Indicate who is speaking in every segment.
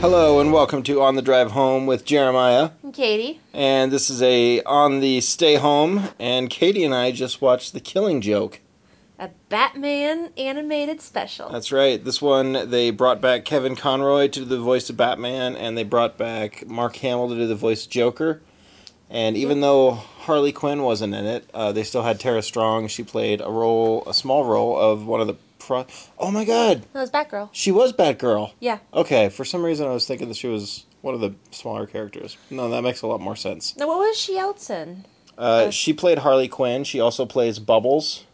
Speaker 1: Hello and welcome to On the Drive Home with Jeremiah.
Speaker 2: Katie.
Speaker 1: And this is a on the stay home and Katie and I just watched The Killing Joke.
Speaker 2: A Batman animated special.
Speaker 1: That's right. This one they brought back Kevin Conroy to do the voice of Batman and they brought back Mark Hamill to do the voice of Joker. And even though Harley Quinn wasn't in it, uh, they still had Tara Strong. She played a role, a small role of one of the pro- Oh my god.
Speaker 2: That was Batgirl.
Speaker 1: She was Batgirl.
Speaker 2: Yeah.
Speaker 1: Okay, for some reason I was thinking that she was one of the smaller characters. No, that makes a lot more sense.
Speaker 2: Now, what was she else in?
Speaker 1: Uh, she played Harley Quinn. She also plays Bubbles.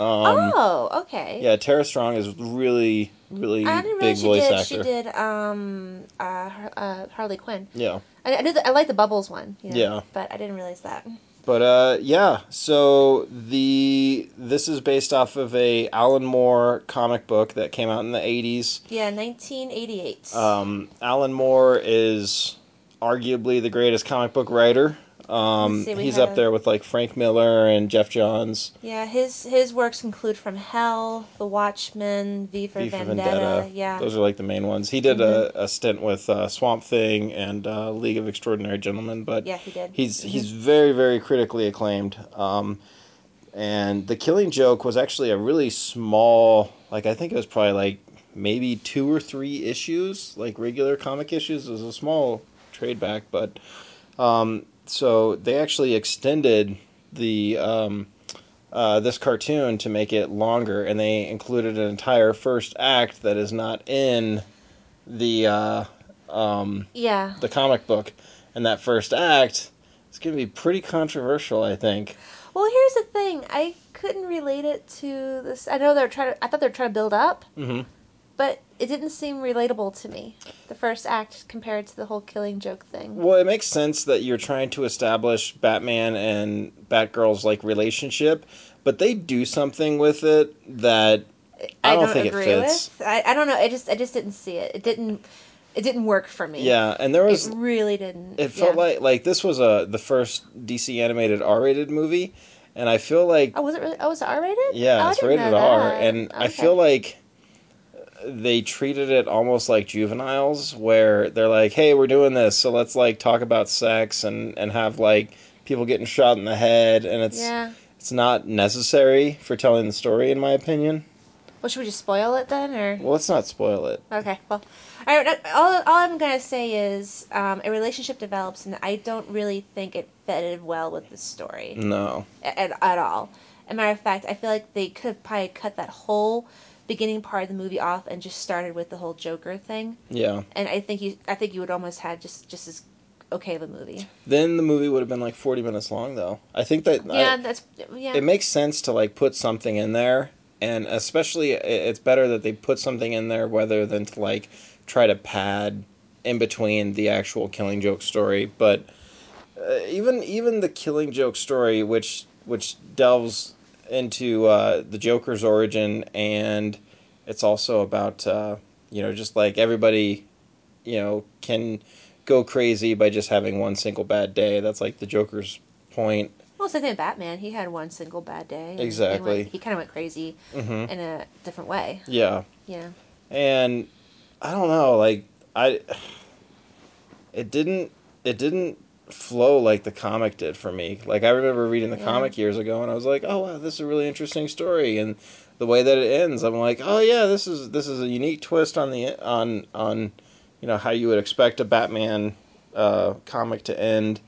Speaker 1: Um,
Speaker 2: oh, okay.
Speaker 1: Yeah, Tara Strong is really, really
Speaker 2: I didn't
Speaker 1: big
Speaker 2: realize she
Speaker 1: voice
Speaker 2: did.
Speaker 1: actor.
Speaker 2: She did um uh, Har- uh Harley Quinn.
Speaker 1: Yeah,
Speaker 2: I, I knew that I like the Bubbles one. you know,
Speaker 1: Yeah.
Speaker 2: But I didn't realize that.
Speaker 1: but uh, yeah. So the this is based off of a Alan Moore comic book that came out in the eighties.
Speaker 2: Yeah, 1988.
Speaker 1: Um, Alan Moore is arguably the greatest comic book writer. Um,
Speaker 2: Let's see, we
Speaker 1: he's
Speaker 2: have-
Speaker 1: up there with like Frank Miller and Jeff Johns.
Speaker 2: yeah, his his works include From Hell, The Watchmen, V for,
Speaker 1: V for
Speaker 2: Vendetta. Yeah. Mm-hmm.
Speaker 1: Those are like the main ones. He did a, a stint with uh, Swamp Thing and uh, League of Extraordinary Gentlemen, but
Speaker 2: Yeah, he did. Mm-hmm.
Speaker 1: He's he's very very critically acclaimed. Um, and The Killing Joke was actually a really small, like I think it was probably like maybe two or three issues, like regular comic issues. It was a small trade back, but um, so they actually extended the um, uh, this cartoon to make it longer, and they included an entire first act that is not in the uh, um,
Speaker 2: yeah.
Speaker 1: the comic book, and that first act is going to be pretty controversial, I think.
Speaker 2: Well, here's the thing. I couldn't relate it to this. I know they're trying to. I thought they were trying to build up,
Speaker 1: Mhm.
Speaker 2: but it didn't seem relatable to me. The first act compared to the whole Killing Joke thing.
Speaker 1: Well, it makes sense that you're trying to establish Batman and Batgirl's like relationship, but they do something with it that I don't think it fits.
Speaker 2: with. I, I don't know. I just I just didn't see it. It didn't. It didn't work for me.
Speaker 1: yeah, and there was
Speaker 2: It really didn't.
Speaker 1: It felt
Speaker 2: Yeah.
Speaker 1: like like this was a the first DC animated R rated movie, and I feel like
Speaker 2: Oh, was it really? Oh, was it R rated?
Speaker 1: yeah,
Speaker 2: oh,
Speaker 1: it's
Speaker 2: I didn't
Speaker 1: rated
Speaker 2: know
Speaker 1: R,
Speaker 2: that.
Speaker 1: and I
Speaker 2: Okay.
Speaker 1: feel like they treated it almost like juveniles, where they're like, "Hey, we're doing this, so let's like talk about sex and and have like people getting shot in the head," and it's
Speaker 2: Yeah.
Speaker 1: it's not necessary for telling the story, in my opinion.
Speaker 2: Well, should we just spoil it then, or?
Speaker 1: Well, let's not spoil it.
Speaker 2: Okay, well, all, right, all, all I'm going to say is um, a relationship develops, and I don't really think it fitted well with the story
Speaker 1: No,
Speaker 2: a- at, at all. As a matter of fact, I feel like they could have probably cut that whole beginning part of the movie off and just started with the whole Joker thing.
Speaker 1: yeah.
Speaker 2: And I think you, I think you would almost had just just as okay of a movie.
Speaker 1: Then the movie would have been like forty minutes long, though. I think that I-
Speaker 2: yeah, that's yeah.
Speaker 1: it makes sense to like put something in there and especially i- it's better that they put something in there rather than to like try to pad in between the actual killing joke story but uh, even even the killing joke story which which delves into uh, the joker's origin and it's also about uh, you know just like everybody you know can go crazy by just having one single bad day that's like the joker's point
Speaker 2: Well, same thing with Batman. He had one single bad day. and he
Speaker 1: Exactly. Mm-hmm.
Speaker 2: went- He, kind of went crazy in a different way.
Speaker 1: yeah
Speaker 2: Yeah.
Speaker 1: and I don't know, like I, it didn't it didn't flow like the comic did for me. Like I remember reading the
Speaker 2: Yeah.
Speaker 1: comic years ago, and I was like, oh wow, this is a really interesting story, and the way that it ends, I'm like, oh yeah, this is this is a unique twist on the on on, you know how you would expect a Batman uh, comic to end,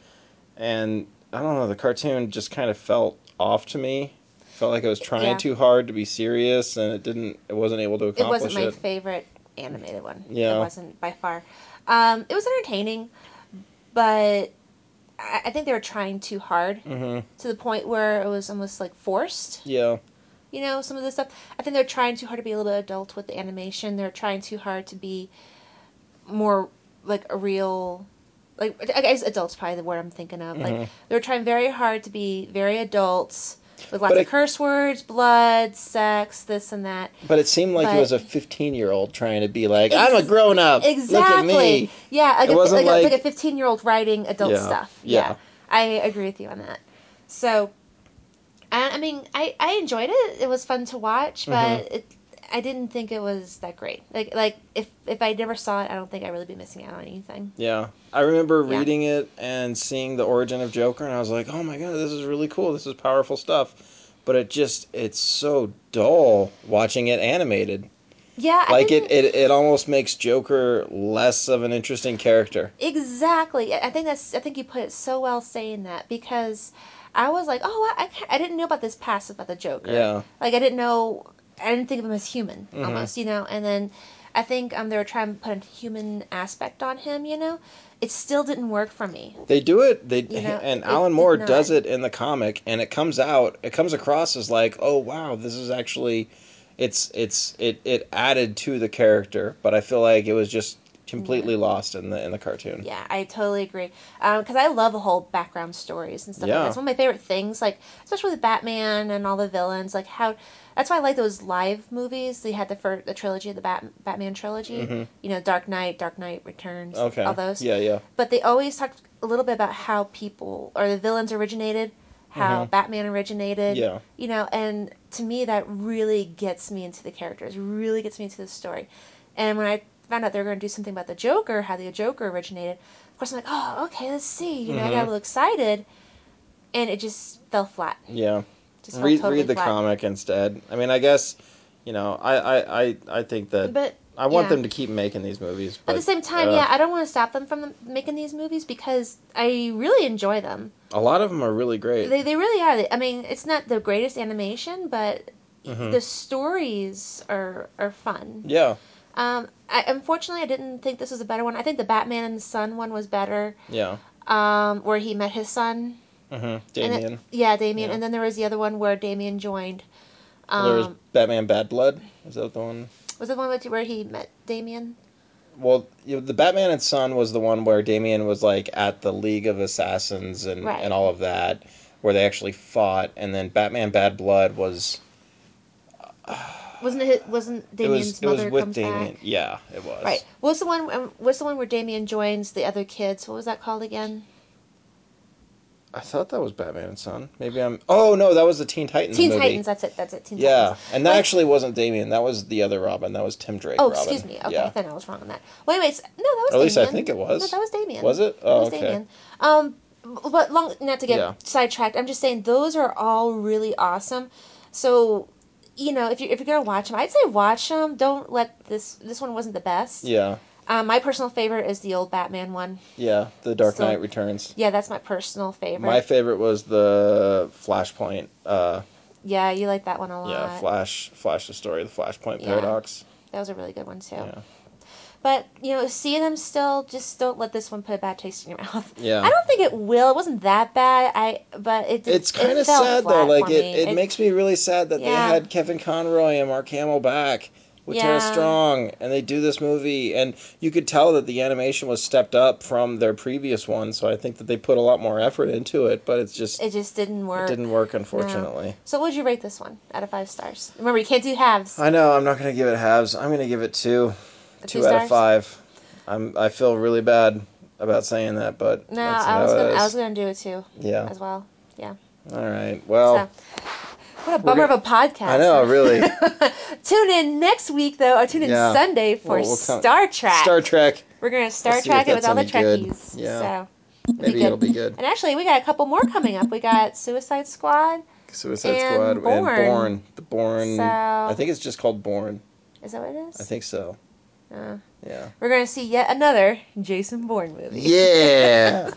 Speaker 1: and I don't know, the cartoon just kind of felt off to me. Felt like it was trying
Speaker 2: Yeah.
Speaker 1: too hard to be serious, and it didn't. It wasn't able to
Speaker 2: it
Speaker 1: accomplish
Speaker 2: wasn't my favorite animated one.
Speaker 1: Yeah.
Speaker 2: It wasn't by far. Um, it was entertaining, but I, I think they were trying too hard
Speaker 1: hmm
Speaker 2: to the point where it was almost like forced.
Speaker 1: Yeah,
Speaker 2: You know, some of the stuff. I think they're trying too hard to be a little bit adult with the animation. They're trying too hard to be more like a real. Like I guess adult's probably the word I'm thinking of. Like
Speaker 1: Mm-hmm.
Speaker 2: they were trying very hard to be very adults with lots
Speaker 1: But
Speaker 2: of
Speaker 1: I-
Speaker 2: curse words, blood, sex, this and that.
Speaker 1: but it seemed like it
Speaker 2: But-
Speaker 1: was a fifteen-year-old trying to be like,
Speaker 2: Ex-
Speaker 1: "I'm a grown up.
Speaker 2: Exactly.
Speaker 1: Look at me."
Speaker 2: Yeah, like,
Speaker 1: It
Speaker 2: a,
Speaker 1: wasn't
Speaker 2: like, a,
Speaker 1: like-
Speaker 2: like a 15 year old writing adult
Speaker 1: Yeah,
Speaker 2: stuff.
Speaker 1: yeah.
Speaker 2: Yeah. I agree with you on that.
Speaker 1: Mm-hmm.
Speaker 2: So, I, I mean, I, I enjoyed it. It was fun to watch, but it, I didn't think it was that great. Like like if if I never saw it, I don't think I'd really be missing out on anything.
Speaker 1: Yeah. I remember
Speaker 2: Yeah.
Speaker 1: reading it and seeing the origin of Joker, and I was like, oh my god, this is really cool. This is powerful stuff. But it just, it's so dull watching it animated.
Speaker 2: Yeah,
Speaker 1: Like,
Speaker 2: I didn't,
Speaker 1: it, it, it almost makes Joker less of an interesting character.
Speaker 2: Exactly. I I think that's. I think you put it so well saying that because I was like, oh, I I, can't- I didn't know about this past about the Joker.
Speaker 1: Yeah.
Speaker 2: Like I didn't know. I didn't think of him as human almost, you know. And then I think um they were trying to put a human aspect on him, you know. It still didn't work for me.
Speaker 1: They do it. They
Speaker 2: You know,
Speaker 1: and
Speaker 2: it
Speaker 1: Alan
Speaker 2: did
Speaker 1: Moore
Speaker 2: not.
Speaker 1: does it in the comic, and it comes out. It comes across as like, oh wow, this is actually, it's it's it it added to the character, but I feel like it was just completely lost in the in the cartoon.
Speaker 2: Yeah, I totally agree. Because I love the whole background stories and stuff like
Speaker 1: Yeah.
Speaker 2: that. It's one of my favorite things, like especially with Batman and all the villains. Like how that's why I like those live movies. They had the first the trilogy, the Bat- Batman trilogy. You know, Dark Knight, Dark Knight Returns,
Speaker 1: Mm-hmm. Okay.
Speaker 2: all those.
Speaker 1: Yeah, yeah,
Speaker 2: But they always talked a little bit about how people or the villains originated, how Batman originated.
Speaker 1: Mm-hmm. Yeah.
Speaker 2: You know, and to me that really gets me into the characters, really gets me into the story. And when I found out they were going to do something about the Joker, how the Joker originated, of course I'm like, oh, okay, let's see. You know,
Speaker 1: Mm-hmm.
Speaker 2: I got a little excited, and it just fell flat.
Speaker 1: yeah.
Speaker 2: Just fell
Speaker 1: Read
Speaker 2: totally
Speaker 1: read the
Speaker 2: flat.
Speaker 1: comic instead. I mean, I guess, you know, I I I, I think that
Speaker 2: But
Speaker 1: I want
Speaker 2: yeah.
Speaker 1: them to keep making these movies. But
Speaker 2: At the same time,
Speaker 1: uh,
Speaker 2: yeah, I don't want to stop them from making these movies because I really enjoy them.
Speaker 1: a lot of them are really great.
Speaker 2: They, they really are. They- I mean, it's not the greatest animation, but
Speaker 1: Hmm.
Speaker 2: the stories are are fun.
Speaker 1: Mm-hmm. yeah,
Speaker 2: Um, I, unfortunately, I didn't think this was a better one. I think the Batman and the Son one was better,
Speaker 1: yeah.
Speaker 2: um, where he met his son.
Speaker 1: hmm
Speaker 2: And then-
Speaker 1: Damien.
Speaker 2: yeah, Damien.
Speaker 1: Yeah.
Speaker 2: And then there was the other one where Damien joined. Um,
Speaker 1: there was Batman Bad Blood. Is that the one?
Speaker 2: was it the one with, where he met Damien?
Speaker 1: Well, you know, the Batman and Son was the one where Damien was like at the League of Assassins and,
Speaker 2: Right.
Speaker 1: and all of that, where they actually fought. And then Batman Bad Blood was
Speaker 2: Wasn't it? Wasn't
Speaker 1: it
Speaker 2: Damien's
Speaker 1: was it
Speaker 2: mother
Speaker 1: was with
Speaker 2: comes
Speaker 1: Damien.
Speaker 2: back?
Speaker 1: Yeah, it was.
Speaker 2: Right. What's the one? um, What's the one where Damien joins the other kids? What was that called again?
Speaker 1: I thought that was Batman and Son. Maybe I'm. Oh no, that was the Teen Titans
Speaker 2: Teen
Speaker 1: movie.
Speaker 2: Titans. That's it. That's it. Teen
Speaker 1: yeah,
Speaker 2: Titans.
Speaker 1: and that
Speaker 2: Wait-
Speaker 1: actually wasn't Damien. That was the other Robin. That was Tim Drake.
Speaker 2: Oh,
Speaker 1: Robin.
Speaker 2: excuse me. Okay,
Speaker 1: Yeah.
Speaker 2: then I was wrong on that. Well, anyways, no, that was.
Speaker 1: Or at least I
Speaker 2: Damien.
Speaker 1: think it was.
Speaker 2: No, that was Damien.
Speaker 1: Was it?
Speaker 2: that
Speaker 1: Oh,
Speaker 2: was
Speaker 1: okay.
Speaker 2: Damien. Um, but long not to get
Speaker 1: Yeah.
Speaker 2: sidetracked. I'm just saying those are all really awesome. So, you know, if you if you're gonna watch them, I'd say watch them. Don't let this this one wasn't the best.
Speaker 1: Yeah,
Speaker 2: Um, my personal favorite is the old Batman one.
Speaker 1: yeah. The Dark
Speaker 2: Still-
Speaker 1: Knight Returns.
Speaker 2: Yeah, that's my personal favorite.
Speaker 1: My favorite was the Flashpoint. Uh,
Speaker 2: yeah, you like that one a lot.
Speaker 1: Yeah, Flash, Flash the story, the Flashpoint
Speaker 2: Yeah.
Speaker 1: paradox.
Speaker 2: that was a really good one too.
Speaker 1: Yeah,
Speaker 2: But you know, see them still. Just don't let this one put a bad taste in your mouth.
Speaker 1: Yeah.
Speaker 2: I don't think it will. It wasn't that bad. I but it. Did,
Speaker 1: it's kind
Speaker 2: it
Speaker 1: of
Speaker 2: fell
Speaker 1: sad though.
Speaker 2: flat
Speaker 1: Like
Speaker 2: for
Speaker 1: it,
Speaker 2: me.
Speaker 1: it, makes me really sad that
Speaker 2: Yeah.
Speaker 1: they had Kevin Conroy and Mark Hamill back with Tara
Speaker 2: Yeah.
Speaker 1: Strong, and they do this movie, and you could tell that the animation was stepped up from their previous one. So I think that they put a lot more effort into it, but it's just it,
Speaker 2: It just didn't work.
Speaker 1: didn't work, unfortunately.
Speaker 2: So what would you rate this one out of five stars? Remember, you can't do halves.
Speaker 1: I know I'm not gonna give it halves. I'm gonna give it two,
Speaker 2: The
Speaker 1: two,
Speaker 2: two
Speaker 1: out of
Speaker 2: stars?
Speaker 1: five. I'm I feel really bad about saying that, but
Speaker 2: No,
Speaker 1: that's
Speaker 2: I
Speaker 1: how
Speaker 2: was
Speaker 1: it
Speaker 2: gonna. I
Speaker 1: is.
Speaker 2: was gonna do it too,
Speaker 1: yeah.
Speaker 2: as well. Yeah.
Speaker 1: All right. Well.
Speaker 2: So. uh, What a bummer
Speaker 1: gonna-
Speaker 2: of a podcast.
Speaker 1: I know, really.
Speaker 2: Tune in next week, though, or tune in
Speaker 1: Yeah.
Speaker 2: Sunday for
Speaker 1: We'll- we'll come-
Speaker 2: Star Trek.
Speaker 1: Star Trek.
Speaker 2: We're gonna Star
Speaker 1: see if
Speaker 2: Trek it with
Speaker 1: that's
Speaker 2: all the
Speaker 1: any good.
Speaker 2: Trekkies.
Speaker 1: Yeah.
Speaker 2: So.
Speaker 1: Maybe it'll be good.
Speaker 2: And actually, we got a couple more coming up. We got Suicide Squad.
Speaker 1: Suicide
Speaker 2: And
Speaker 1: Squad and
Speaker 2: Bourne.
Speaker 1: Born. The Born.
Speaker 2: So-
Speaker 1: I think it's just called Born.
Speaker 2: Is that what it is?
Speaker 1: I think so.
Speaker 2: Uh,
Speaker 1: Yeah.
Speaker 2: we're gonna see yet another Jason Bourne movie.
Speaker 1: Yeah.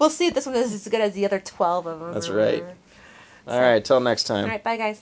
Speaker 2: we'll see if this one is as good as the other twelve of them.
Speaker 1: That's
Speaker 2: or
Speaker 1: right.
Speaker 2: whatever.
Speaker 1: All right. Till next time.
Speaker 2: All right, bye guys.